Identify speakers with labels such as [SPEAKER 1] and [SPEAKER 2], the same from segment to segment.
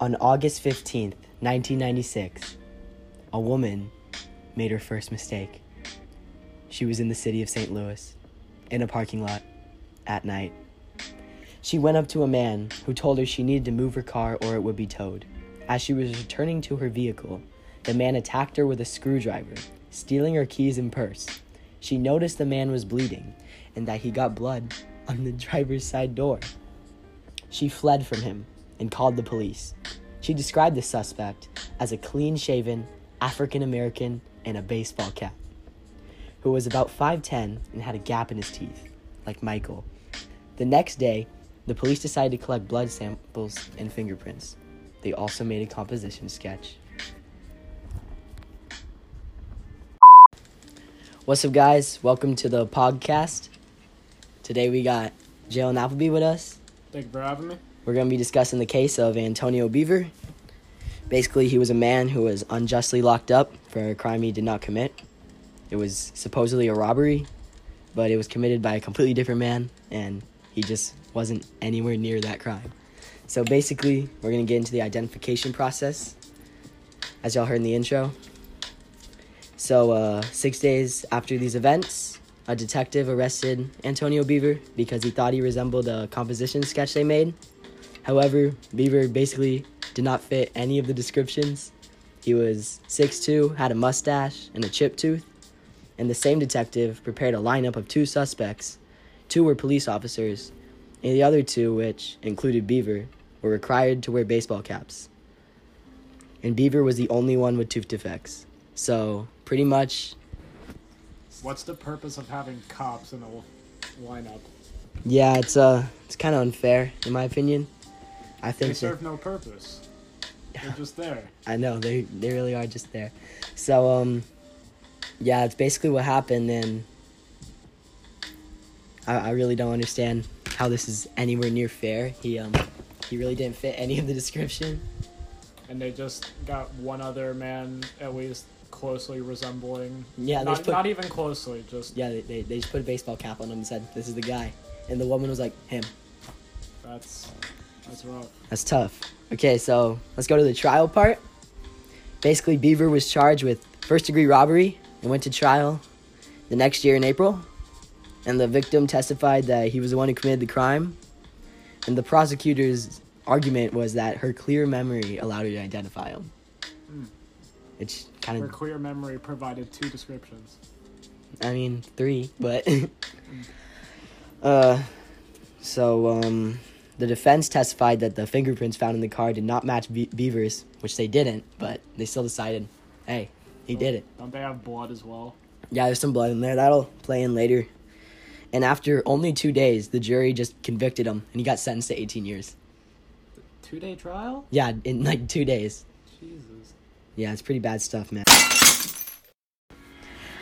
[SPEAKER 1] On August 15th, 1996, a woman made her first mistake. She was in the city of St. Louis, in a parking lot, at night. She went up to a man who told her she needed to move her car or it would be towed. As she was returning to her vehicle, the man attacked her with a screwdriver, stealing her keys and purse. She noticed the man was bleeding and that he got blood on the driver's side door. She fled from him and called the police. She described the suspect as a clean shaven African American in a baseball cap who was about 5'10 and had a gap in his teeth, like Michael. The next day, the police decided to collect blood samples and fingerprints. They also made a composition sketch. What's up, guys? Welcome to the podcast. Today we got Jalen Appleby with us.
[SPEAKER 2] Thank you for having me.
[SPEAKER 1] We're going to be discussing the case of Antonio Beaver. Basically, he was a man who was unjustly locked up for a crime he did not commit. It was supposedly a robbery, but it was committed by a completely different man, and he just wasn't anywhere near that crime. So basically, we're going to get into the identification process, as y'all heard in the intro. So, uh, six days after these events, a detective arrested Antonio Beaver because he thought he resembled a composition sketch they made. However, Beaver basically did not fit any of the descriptions. He was 6'2, had a mustache and a chip tooth, and the same detective prepared a lineup of two suspects. Two were police officers, and the other two, which included Beaver, were required to wear baseball caps. And Beaver was the only one with tooth defects. So, pretty much,
[SPEAKER 2] What's the purpose of having cops in a lineup?
[SPEAKER 1] yeah, it's uh it's kind of unfair in my opinion. I
[SPEAKER 2] They
[SPEAKER 1] think that-
[SPEAKER 2] serve no purpose. They're just there.
[SPEAKER 1] I know they they really are just there. So um, yeah, it's basically what happened, and I, I really don't understand how this is anywhere near fair. He um he really didn't fit any of the description.
[SPEAKER 2] And they just got one other man at least closely resembling.
[SPEAKER 1] Yeah, they
[SPEAKER 2] not,
[SPEAKER 1] just put-
[SPEAKER 2] not even closely, just
[SPEAKER 1] Yeah, they, they they just put a baseball cap on him and said this is the guy, and the woman was like him.
[SPEAKER 2] that's that's rough.
[SPEAKER 1] That's tough. Okay, so let's go to the trial part. Basically, Beaver was charged with first degree robbery and went to trial the next year in April. And the victim testified that he was the one who committed the crime. And the prosecutor's argument was that her clear memory allowed her to identify him. Which kind
[SPEAKER 2] Her
[SPEAKER 1] of,
[SPEAKER 2] clear memory provided two descriptions.
[SPEAKER 1] I mean, three, but. uh, so, um, the defense testified that the fingerprints found in the car did not match Be- Beaver's, which they didn't, but they still decided, hey, he did it.
[SPEAKER 2] Don't they have blood as well?
[SPEAKER 1] Yeah, there's some blood in there. That'll play in later. And after only two days, the jury just convicted him, and he got sentenced to 18 years.
[SPEAKER 2] Two day trial?
[SPEAKER 1] Yeah, in like two days.
[SPEAKER 2] Jesus.
[SPEAKER 1] Yeah, it's pretty bad stuff, man.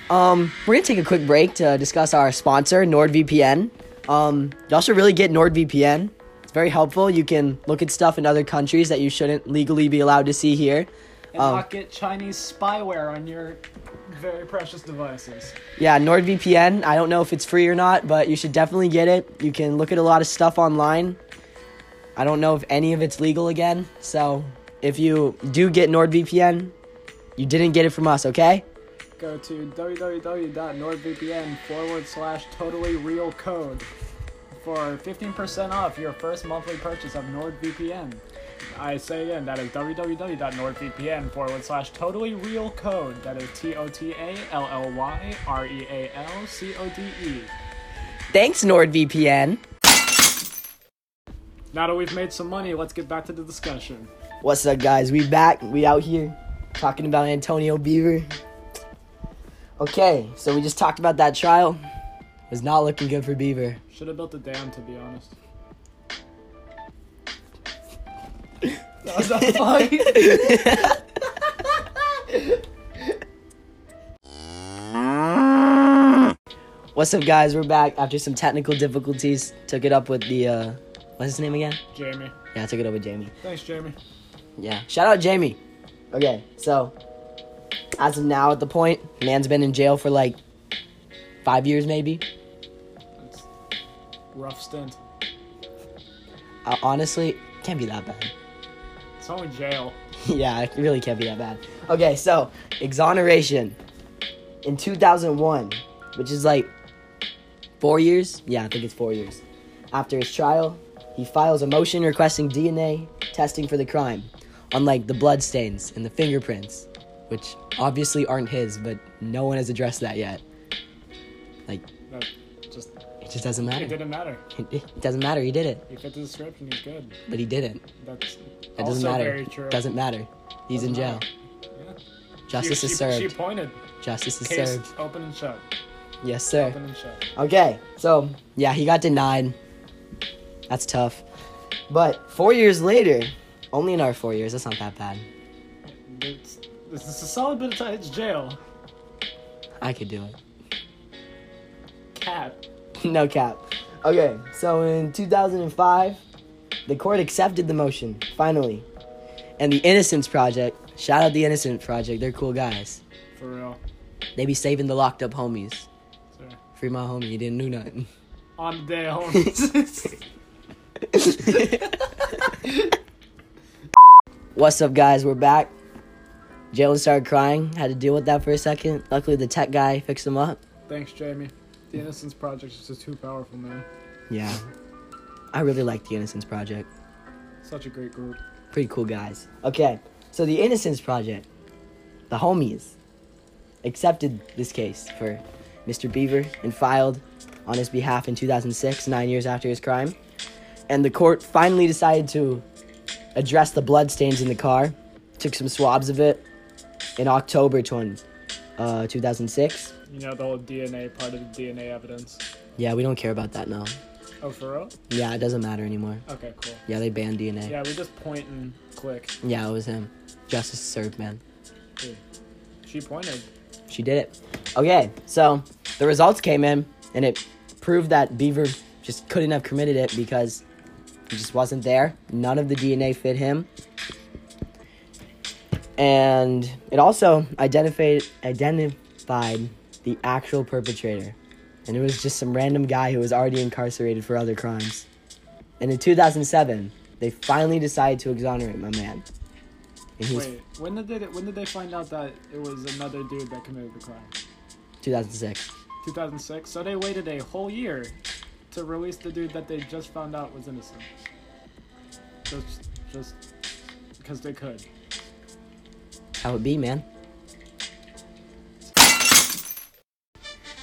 [SPEAKER 1] Um, we're gonna take a quick break to discuss our sponsor, NordVPN. Um, y'all should really get NordVPN. It's very helpful. You can look at stuff in other countries that you shouldn't legally be allowed to see here.
[SPEAKER 2] And not get Chinese spyware on your very precious devices.
[SPEAKER 1] Yeah, NordVPN. I don't know if it's free or not, but you should definitely get it. You can look at a lot of stuff online. I don't know if any of it's legal again. So, if you do get NordVPN, you didn't get it from us, okay?
[SPEAKER 2] Go to www.nordvpn forward slash totally real code for 15% off your first monthly purchase of NordVPN. I say again, that is www.nordvpn forward slash totally real code. That is T O T A L L Y R E A L C O D E.
[SPEAKER 1] Thanks, NordVPN.
[SPEAKER 2] Now that we've made some money, let's get back to the discussion.
[SPEAKER 1] What's up, guys? We back. We out here talking about Antonio Beaver. Okay, so we just talked about that trial. Was not looking good for Beaver.
[SPEAKER 2] Should have built a dam, to be honest.
[SPEAKER 1] What's up, guys? We're back after some technical difficulties. Took it up with the, uh, what's his name again?
[SPEAKER 2] Jamie.
[SPEAKER 1] Yeah, I took it up with Jamie.
[SPEAKER 2] Thanks, Jamie.
[SPEAKER 1] Yeah. Shout out Jamie. Okay, so as of now, at the point, man's been in jail for like five years, maybe.
[SPEAKER 2] That's rough stint.
[SPEAKER 1] Uh, honestly, can't be that bad.
[SPEAKER 2] It's So in jail.
[SPEAKER 1] yeah, it really can't be that bad. Okay, so exoneration in 2001, which is like four years. Yeah, I think it's four years. After his trial, he files a motion requesting DNA testing for the crime, unlike the bloodstains and the fingerprints, which obviously aren't his, but no one has addressed that yet. Like,
[SPEAKER 2] That just
[SPEAKER 1] it just doesn't
[SPEAKER 2] it
[SPEAKER 1] matter.
[SPEAKER 2] didn't matter.
[SPEAKER 1] It doesn't matter. He did it,
[SPEAKER 2] He fit the description. He's good.
[SPEAKER 1] but he didn't.
[SPEAKER 2] That's
[SPEAKER 1] It
[SPEAKER 2] also
[SPEAKER 1] doesn't matter.
[SPEAKER 2] very true.
[SPEAKER 1] Doesn't matter. He's in
[SPEAKER 2] Doesn't
[SPEAKER 1] jail.
[SPEAKER 2] matter. Yeah.
[SPEAKER 1] Justice
[SPEAKER 2] she,
[SPEAKER 1] is
[SPEAKER 2] she-
[SPEAKER 1] served.
[SPEAKER 2] She pointed.
[SPEAKER 1] Justice is
[SPEAKER 2] Case
[SPEAKER 1] served.
[SPEAKER 2] open and shut.
[SPEAKER 1] Yes, sir.
[SPEAKER 2] Open and shut.
[SPEAKER 1] Okay, so yeah, he got denied. That's tough. But four years later, only another four years, that's not that bad.
[SPEAKER 2] It's, this is a solid bit of time. It's jail.
[SPEAKER 1] I could do it.
[SPEAKER 2] Cat.
[SPEAKER 1] no cap. Okay, so in 2005, the court accepted the motion, finally. And the Innocence Project, shout out the Innocence Project, they're cool guys.
[SPEAKER 2] For real.
[SPEAKER 1] They be saving the locked up homies.
[SPEAKER 2] Sorry.
[SPEAKER 1] Free my homie, he didn't do nothing.
[SPEAKER 2] On the day home.
[SPEAKER 1] What's up, guys? We're back. Jalen started crying. Had to deal with that for a second. Luckily, the tech guy fixed him up.
[SPEAKER 2] Thanks, Jamie. The Innocence Project is just too powerful, man.
[SPEAKER 1] Yeah. I really like the Innocence Project.
[SPEAKER 2] Such a great group.
[SPEAKER 1] Pretty cool guys. Okay, so the Innocence Project, the homies, accepted this case for Mr. Beaver and filed on his behalf in 2006, nine years after his crime. And the court finally decided to address the bloodstains in the car, took some swabs of it in October 20, uh, 2006.
[SPEAKER 2] You know the whole DNA part of the DNA evidence.
[SPEAKER 1] Yeah, we don't care about that now.
[SPEAKER 2] Oh, for real?
[SPEAKER 1] Yeah, it doesn't matter anymore.
[SPEAKER 2] Okay, cool.
[SPEAKER 1] Yeah, they banned DNA. Yeah,
[SPEAKER 2] Yeah, we just point and click.
[SPEAKER 1] it was him. Justice served, man.
[SPEAKER 2] Dude, she pointed.
[SPEAKER 1] She did it. Okay, so the results came in, and it proved that Beaver just couldn't have committed it because he just wasn't there. None of the DNA fit him. And it also identified identified the actual perpetrator. And it was just some random guy who was already incarcerated for other crimes. And in 2007, they finally decided to exonerate my man. And he was
[SPEAKER 2] Wait, when did they when did they find out that it was another dude that committed the crime?
[SPEAKER 1] 2006.
[SPEAKER 2] 2006. So they waited a whole year to release the dude that they just found out was innocent. Just, just because they could.
[SPEAKER 1] How it be, man?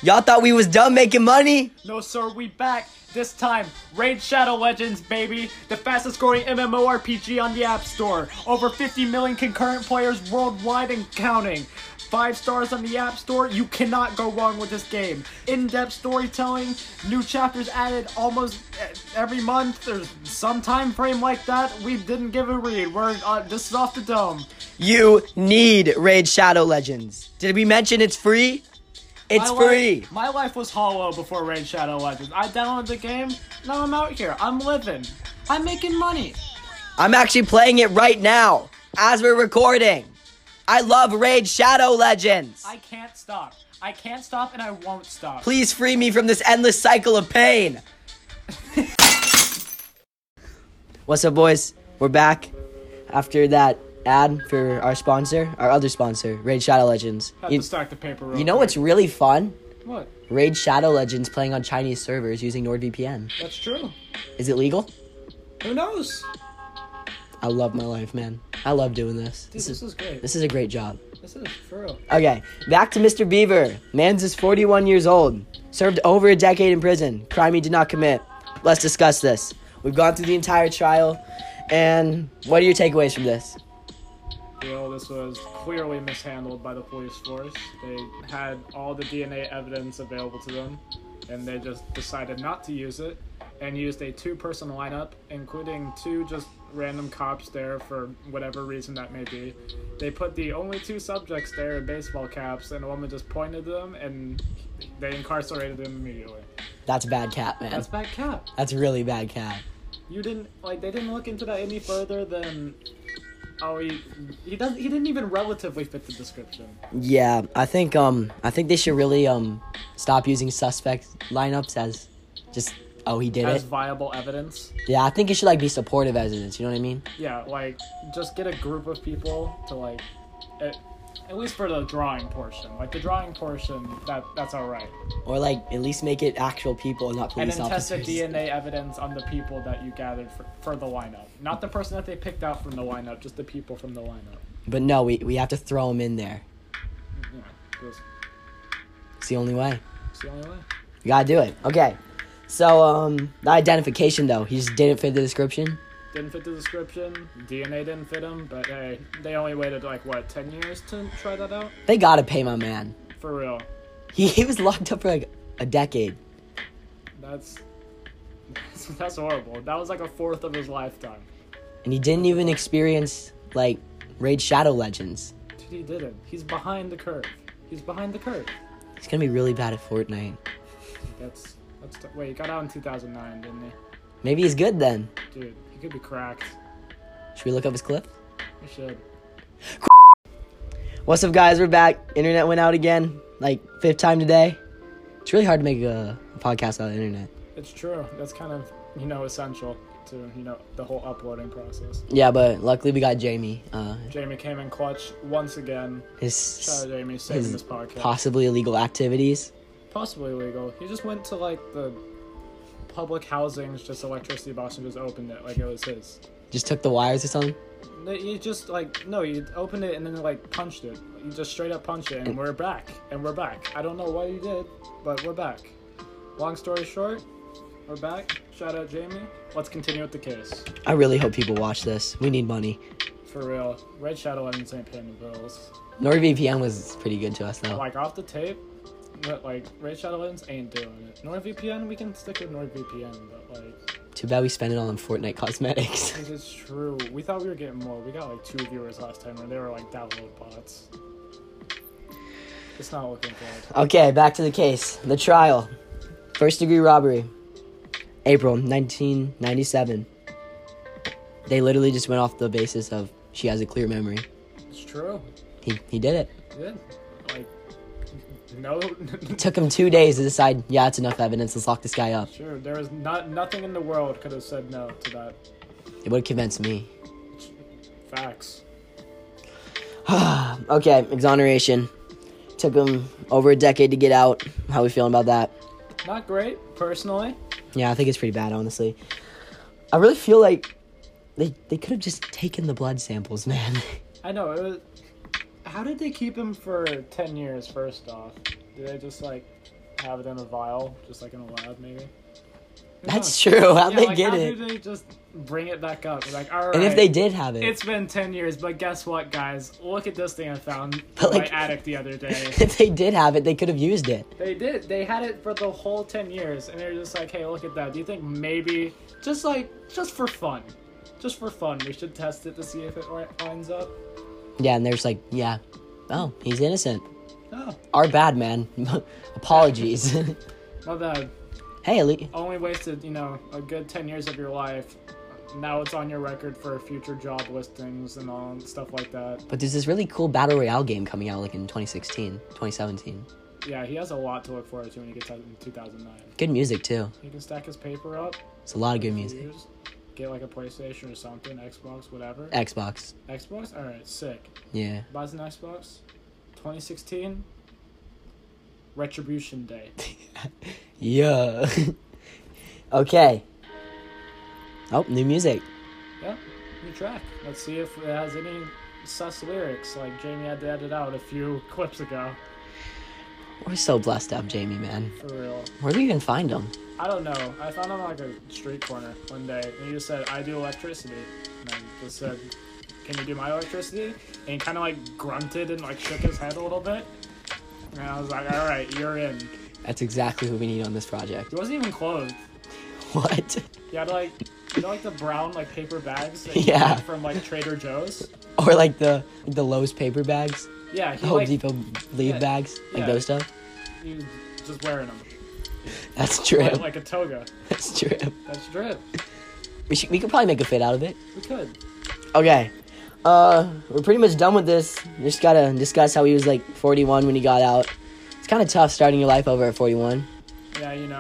[SPEAKER 1] Y'all thought we was done making money?
[SPEAKER 2] No, sir, we back. This time, Raid Shadow Legends, baby. The fastest growing MMORPG on the App Store. Over 50 million concurrent players worldwide and counting. Five stars on the App Store. You cannot go wrong with this game. In depth storytelling, new chapters added almost e- every month. There's some time frame like that. We didn't give a read. We're uh, This is off the dome.
[SPEAKER 1] You need Raid Shadow Legends. Did we mention it's free? It's
[SPEAKER 2] my
[SPEAKER 1] free.
[SPEAKER 2] Life, my life was hollow before Raid Shadow Legends. I downloaded the game. Now I'm out here. I'm living. I'm making money.
[SPEAKER 1] I'm actually playing it right now as we're recording. I love Raid Shadow Legends.
[SPEAKER 2] I can't stop. I can't stop and I won't stop.
[SPEAKER 1] Please free me from this endless cycle of pain. What's up, boys? We're back after that ad for our sponsor, our other sponsor, Raid Shadow Legends.
[SPEAKER 2] Have
[SPEAKER 1] You,
[SPEAKER 2] to stack the paper. Real
[SPEAKER 1] you know
[SPEAKER 2] quick.
[SPEAKER 1] what's really fun?
[SPEAKER 2] What?
[SPEAKER 1] Raid Shadow Legends playing on Chinese servers using NordVPN.
[SPEAKER 2] That's true.
[SPEAKER 1] Is it legal?
[SPEAKER 2] Who knows?
[SPEAKER 1] I love my life, man. I love doing this.
[SPEAKER 2] Dude,
[SPEAKER 1] This is
[SPEAKER 2] this is great.
[SPEAKER 1] this is a great job.
[SPEAKER 2] This is for real.
[SPEAKER 1] Okay, back to Mr. Beaver. Mans is 41 years old, served over a decade in prison. Crime he did not commit. Let's discuss this. We've gone through the entire trial, and what are your takeaways from this?
[SPEAKER 2] You know, this was clearly mishandled by the police force. They had all the DNA evidence available to them, and they just decided not to use it and used a two person lineup, including two just random cops there for whatever reason that may be. They put the only two subjects there in baseball caps, and a woman just pointed to them, and they incarcerated them immediately.
[SPEAKER 1] That's bad cat, man.
[SPEAKER 2] That's bad cap.
[SPEAKER 1] That's really bad cat.
[SPEAKER 2] You didn't like they didn't look into that any further than oh he he does not he didn't even relatively fit the description.
[SPEAKER 1] Yeah, I think um I think they should really um stop using suspect lineups as just Oh, he did
[SPEAKER 2] as
[SPEAKER 1] it.
[SPEAKER 2] viable evidence.
[SPEAKER 1] Yeah, I think it should like be supportive evidence. You know what I mean?
[SPEAKER 2] Yeah, like just get a group of people to like, at, at least for the drawing portion. Like the drawing portion, that that's all right.
[SPEAKER 1] Or like at least make it actual people, not
[SPEAKER 2] And
[SPEAKER 1] police
[SPEAKER 2] then test the
[SPEAKER 1] officers.
[SPEAKER 2] DNA evidence on the people that you gathered for, for the lineup, not the person that they picked out from the lineup, just the people from the lineup.
[SPEAKER 1] But no, we we have to throw him in there.
[SPEAKER 2] Yeah, just,
[SPEAKER 1] It's the only way.
[SPEAKER 2] it's the only way.
[SPEAKER 1] You gotta do it. Okay. So um, the identification though, he just didn't fit the description.
[SPEAKER 2] Didn't fit the description. DNA didn't fit him, but hey, they only waited like what ten years to try that out.
[SPEAKER 1] They gotta pay my man.
[SPEAKER 2] For real,
[SPEAKER 1] He, he was locked up for like a decade.
[SPEAKER 2] that's that's, that's horrible. That was like a fourth of his lifetime.
[SPEAKER 1] and he didn't even experience like Raid Shadow Legends.
[SPEAKER 2] Dude, he didn't. He's behind the curve. He's behind the curve.
[SPEAKER 1] He's gonna be really bad at Fortnite.
[SPEAKER 2] That's that's. T- Wait, he got out in 2009, didn't he?
[SPEAKER 1] Maybe he's good then.
[SPEAKER 2] Dude, he could be cracked.
[SPEAKER 1] Should we look up his clip?
[SPEAKER 2] He should.
[SPEAKER 1] What's up, guys? We're back. Internet went out again, like fifth time today. It's really hard to make a, a podcast on the internet.
[SPEAKER 2] It's true. That's kind of you know essential to you know the whole uploading process.
[SPEAKER 1] Yeah, but luckily we got Jamie. Uh,
[SPEAKER 2] Jamie came in clutch once again. Shout out
[SPEAKER 1] his
[SPEAKER 2] to Jamie saving
[SPEAKER 1] His
[SPEAKER 2] this podcast.
[SPEAKER 1] possibly illegal activities.
[SPEAKER 2] Possibly illegal. He just went to like the public housings, just electricity box, and just opened it like it was his.
[SPEAKER 1] Just took the wires or something.
[SPEAKER 2] No, You just like no, you opened it and then like punched it. You just straight up punched it, and we're back, and we're back. I don't know what you did, but we're back. Long story short, we're back. Shout out Jamie. Let's continue with the case.
[SPEAKER 1] I really hope people watch this. We need money.
[SPEAKER 2] For real, Red Shadow Legends ain't paying the bills.
[SPEAKER 1] NordVPN was pretty good to us though.
[SPEAKER 2] Like off the tape, but, like Red Shadow Legends ain't doing it. NordVPN, we can stick with NordVPN, but like
[SPEAKER 1] Too bad we spent it all on Fortnite cosmetics.
[SPEAKER 2] this is true. We thought we were getting more. We got like two viewers last time, and they were like download bots. It's not looking good.
[SPEAKER 1] Okay, back to the case. The trial. First degree robbery. April 1997. They literally just went off the basis of she has a clear memory.
[SPEAKER 2] It's true.
[SPEAKER 1] He, he did it.
[SPEAKER 2] Yeah. Like, no.
[SPEAKER 1] It took him two days to decide, yeah, it's enough evidence. Let's lock this guy up.
[SPEAKER 2] sure, there is not nothing in the world could have said no to that.
[SPEAKER 1] It would have convinced me.
[SPEAKER 2] Facts.
[SPEAKER 1] Okay, exoneration. Took him over a decade to get out. How we feeling about that?
[SPEAKER 2] Not great, personally.
[SPEAKER 1] Yeah, I think it's pretty bad, honestly. I really feel like they, they could have just taken the blood samples, man.
[SPEAKER 2] I know it was. How did they keep him for ten years? First off, did they just like have it in a vial, just like in a lab, maybe?
[SPEAKER 1] That's true. How'd
[SPEAKER 2] Yeah,
[SPEAKER 1] they
[SPEAKER 2] like,
[SPEAKER 1] get
[SPEAKER 2] how
[SPEAKER 1] it?
[SPEAKER 2] do they just bring it back up? Like, all right.
[SPEAKER 1] And if they did have it,
[SPEAKER 2] It's been 10 years, but guess what, guys? Look at this thing I found
[SPEAKER 1] But,
[SPEAKER 2] in
[SPEAKER 1] like-
[SPEAKER 2] my attic the other day.
[SPEAKER 1] if they did have it, they could have used it.
[SPEAKER 2] They did. They had it for the whole ten years, and they're just like, "Hey, look at that. Do you think maybe just like just for fun, just for fun, we should test it to see if it ri- lines up?"
[SPEAKER 1] Yeah, and they're just like, yeah, oh, he's innocent.
[SPEAKER 2] No,
[SPEAKER 1] Our bad, man. Apologies.
[SPEAKER 2] not bad.
[SPEAKER 1] hey, Ali.
[SPEAKER 2] Only wasted, you know, a good ten years of your life. Now it's on your record for future job listings and all and stuff like that.
[SPEAKER 1] But there's this really cool battle royale game coming out like in 2016, 2017.
[SPEAKER 2] Yeah, he has a lot to look forward to when he gets out in 2009.
[SPEAKER 1] Good music too.
[SPEAKER 2] He can stack his paper up.
[SPEAKER 1] It's a lot of good
[SPEAKER 2] for
[SPEAKER 1] music.
[SPEAKER 2] years, Get like a PlayStation or something, Xbox, whatever.
[SPEAKER 1] Xbox.
[SPEAKER 2] Xbox, all right, sick.
[SPEAKER 1] Yeah.
[SPEAKER 2] buys an Xbox. 2016, Retribution Day.
[SPEAKER 1] Yeah. okay. Oh, new music.
[SPEAKER 2] yeah, new track. Let's see if it has any sus lyrics like Jamie had to edit out a few clips ago.
[SPEAKER 1] We're so blessed to have Jamie, man.
[SPEAKER 2] For real.
[SPEAKER 1] Where do we even find him?
[SPEAKER 2] I don't know. I found him on like a street corner one day, and he just said, "I do electricity," and I just said, "Can you do my electricity?" And he kind of like grunted and like shook his head a little bit. And I was like, "All right, you're in." He
[SPEAKER 1] That's exactly who we need on this project.
[SPEAKER 2] wasn't even clothed.
[SPEAKER 1] What?
[SPEAKER 2] He had like you know like the brown like paper bags that you
[SPEAKER 1] Yeah.
[SPEAKER 2] get from like Trader Joe's.
[SPEAKER 1] or like the the Lowe's paper bags.
[SPEAKER 2] Yeah, he
[SPEAKER 1] Home
[SPEAKER 2] like
[SPEAKER 1] Depot leave
[SPEAKER 2] yeah,
[SPEAKER 1] bags, like
[SPEAKER 2] yeah.
[SPEAKER 1] those stuff.
[SPEAKER 2] he was just wearing them
[SPEAKER 1] That's true.
[SPEAKER 2] like, like a toga.
[SPEAKER 1] That's true.
[SPEAKER 2] That's drip.
[SPEAKER 1] We, should, we could probably make a fit out of it.
[SPEAKER 2] We could.
[SPEAKER 1] Okay, uh, we're pretty much done with this. Just gotta discuss how he was like 41 when he got out. It's kind of tough starting your life over at 41.
[SPEAKER 2] Yeah, you know,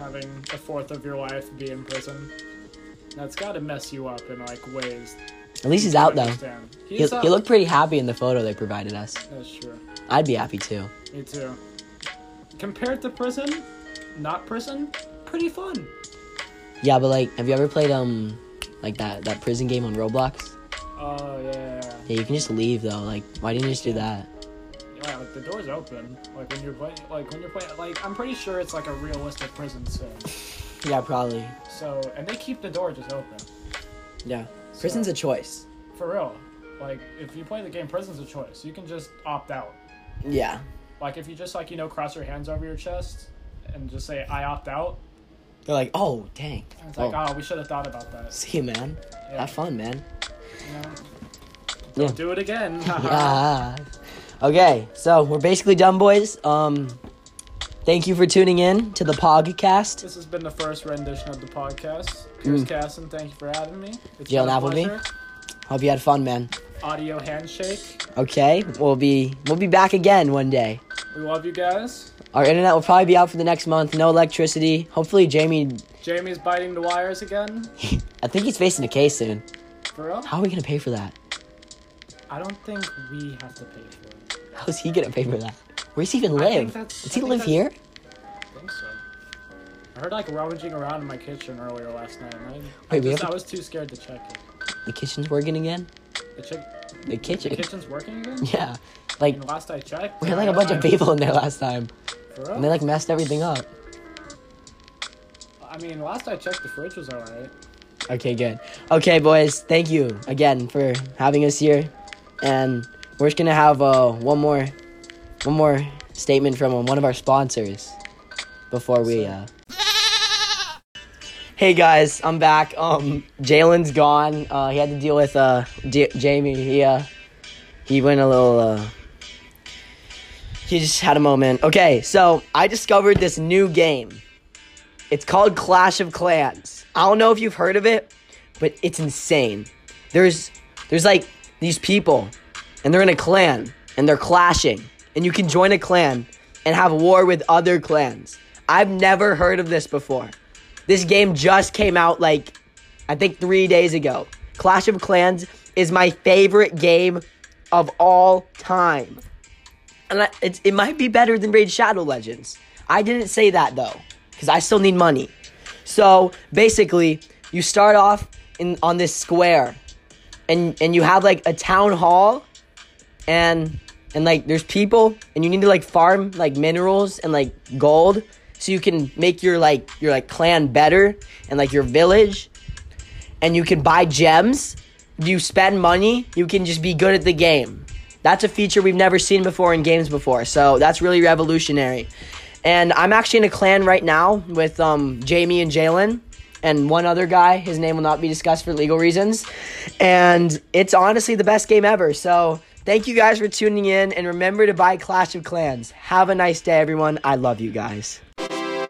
[SPEAKER 2] having a fourth of your life be in prison. That's got to mess you up in like ways.
[SPEAKER 1] At least he's
[SPEAKER 2] you
[SPEAKER 1] out though.
[SPEAKER 2] understand.
[SPEAKER 1] He,
[SPEAKER 2] He's out.
[SPEAKER 1] he looked pretty happy in the photo they provided us.
[SPEAKER 2] That's true.
[SPEAKER 1] I'd be happy too.
[SPEAKER 2] Me too. Compared to prison, not prison, pretty fun.
[SPEAKER 1] Yeah, but like, have you ever played um, like that that prison game on Roblox?
[SPEAKER 2] Oh yeah.
[SPEAKER 1] Yeah, you can just leave though. Like, why didn't you just do that?
[SPEAKER 2] Yeah, like the door's open. Like when you're playing, like when you're playing, like I'm pretty sure it's like a realistic prison sim.
[SPEAKER 1] Yeah, probably.
[SPEAKER 2] So, and they keep the door just open.
[SPEAKER 1] Yeah,
[SPEAKER 2] Prison's
[SPEAKER 1] prison's
[SPEAKER 2] a
[SPEAKER 1] a choice.
[SPEAKER 2] For real. Like if you play the game, prison's a choice. You can just opt out.
[SPEAKER 1] Yeah,
[SPEAKER 2] Like if you just like you know cross your hands over your chest and just say I opt out.
[SPEAKER 1] they're like, oh dang.
[SPEAKER 2] It's
[SPEAKER 1] Oh,
[SPEAKER 2] like oh, we should have thought about that.
[SPEAKER 1] see you, man.
[SPEAKER 2] Yeah.
[SPEAKER 1] Have fun, man.
[SPEAKER 2] You know?
[SPEAKER 1] Yeah.
[SPEAKER 2] Do it again.
[SPEAKER 1] Yeah. Okay, so we're basically done, boys. Um, thank you for tuning in to the podcast.
[SPEAKER 2] This has been the first rendition of the podcast.
[SPEAKER 1] Mm.
[SPEAKER 2] Here's Casson, thank you for having me. It's
[SPEAKER 1] Jalen
[SPEAKER 2] been a
[SPEAKER 1] Appleby?
[SPEAKER 2] pleasure.
[SPEAKER 1] Hope you had fun, man.
[SPEAKER 2] Audio handshake.
[SPEAKER 1] Okay, we'll be we'll be back again one day.
[SPEAKER 2] We love you guys.
[SPEAKER 1] Our internet will probably be out for the next month. No electricity. Hopefully, Jamie.
[SPEAKER 2] Jamie's biting the wires again.
[SPEAKER 1] I think he's facing a case soon.
[SPEAKER 2] For real?
[SPEAKER 1] How are we gonna pay for that?
[SPEAKER 2] I don't think we have to pay for it.
[SPEAKER 1] How's he gonna pay for that? Where's he even
[SPEAKER 2] I think
[SPEAKER 1] live?
[SPEAKER 2] that's-
[SPEAKER 1] Does
[SPEAKER 2] I
[SPEAKER 1] he
[SPEAKER 2] think
[SPEAKER 1] live
[SPEAKER 2] that's-
[SPEAKER 1] here?
[SPEAKER 2] I think so. I heard like rummaging around in my kitchen earlier last night. and I, I,
[SPEAKER 1] Wait, we
[SPEAKER 2] just-
[SPEAKER 1] have-
[SPEAKER 2] I was too scared to check it.
[SPEAKER 1] The kitchen's working again.
[SPEAKER 2] The, chick,
[SPEAKER 1] The
[SPEAKER 2] the
[SPEAKER 1] kitchen.
[SPEAKER 2] kitchen's working again?
[SPEAKER 1] Yeah, like
[SPEAKER 2] And last I checked.
[SPEAKER 1] we had like a bunch of
[SPEAKER 2] I-
[SPEAKER 1] people in there last time,
[SPEAKER 2] For
[SPEAKER 1] and
[SPEAKER 2] real?
[SPEAKER 1] they like messed everything up.
[SPEAKER 2] I mean, last I checked, the fridge was alright.
[SPEAKER 1] Okay, good. Okay, boys, thank you again for having us here, and we're just gonna have uh, one more, one more statement from um, one of our sponsors before we. Uh... Hey guys, I'm back. Um, Jalen's gone. Uh, he had to deal with uh, D- Jamie. He uh, he went a little. Uh... He just had a moment. Okay, so I discovered this new game. It's called Clash of Clans. I don't know if you've heard of it, but it's insane. There's there's like these people and they're in a clan and they're clashing and you can join a clan and have war with other clans. I've never heard of this before. This game just came out like I think 3 days ago. Clash of Clans is my favorite game of all time. And I, it's, it might be better than Raid Shadow Legends. I didn't say that though, because I still need money. So basically, you start off in on this square, and and you have like a town hall, and and like there's people, and you need to like farm like minerals and like gold, so you can make your like your like clan better and like your village, and you can buy gems. You spend money, you can just be good at the game. That's a feature we've never seen before in games before, so that's really revolutionary. And I'm actually in a clan right now with um, Jamie and Jalen and one other guy. His name will not be discussed for legal reasons. And it's honestly the best game ever. So thank you guys for tuning in and remember to buy Clash of Clans. Have a nice day, everyone. I love you guys.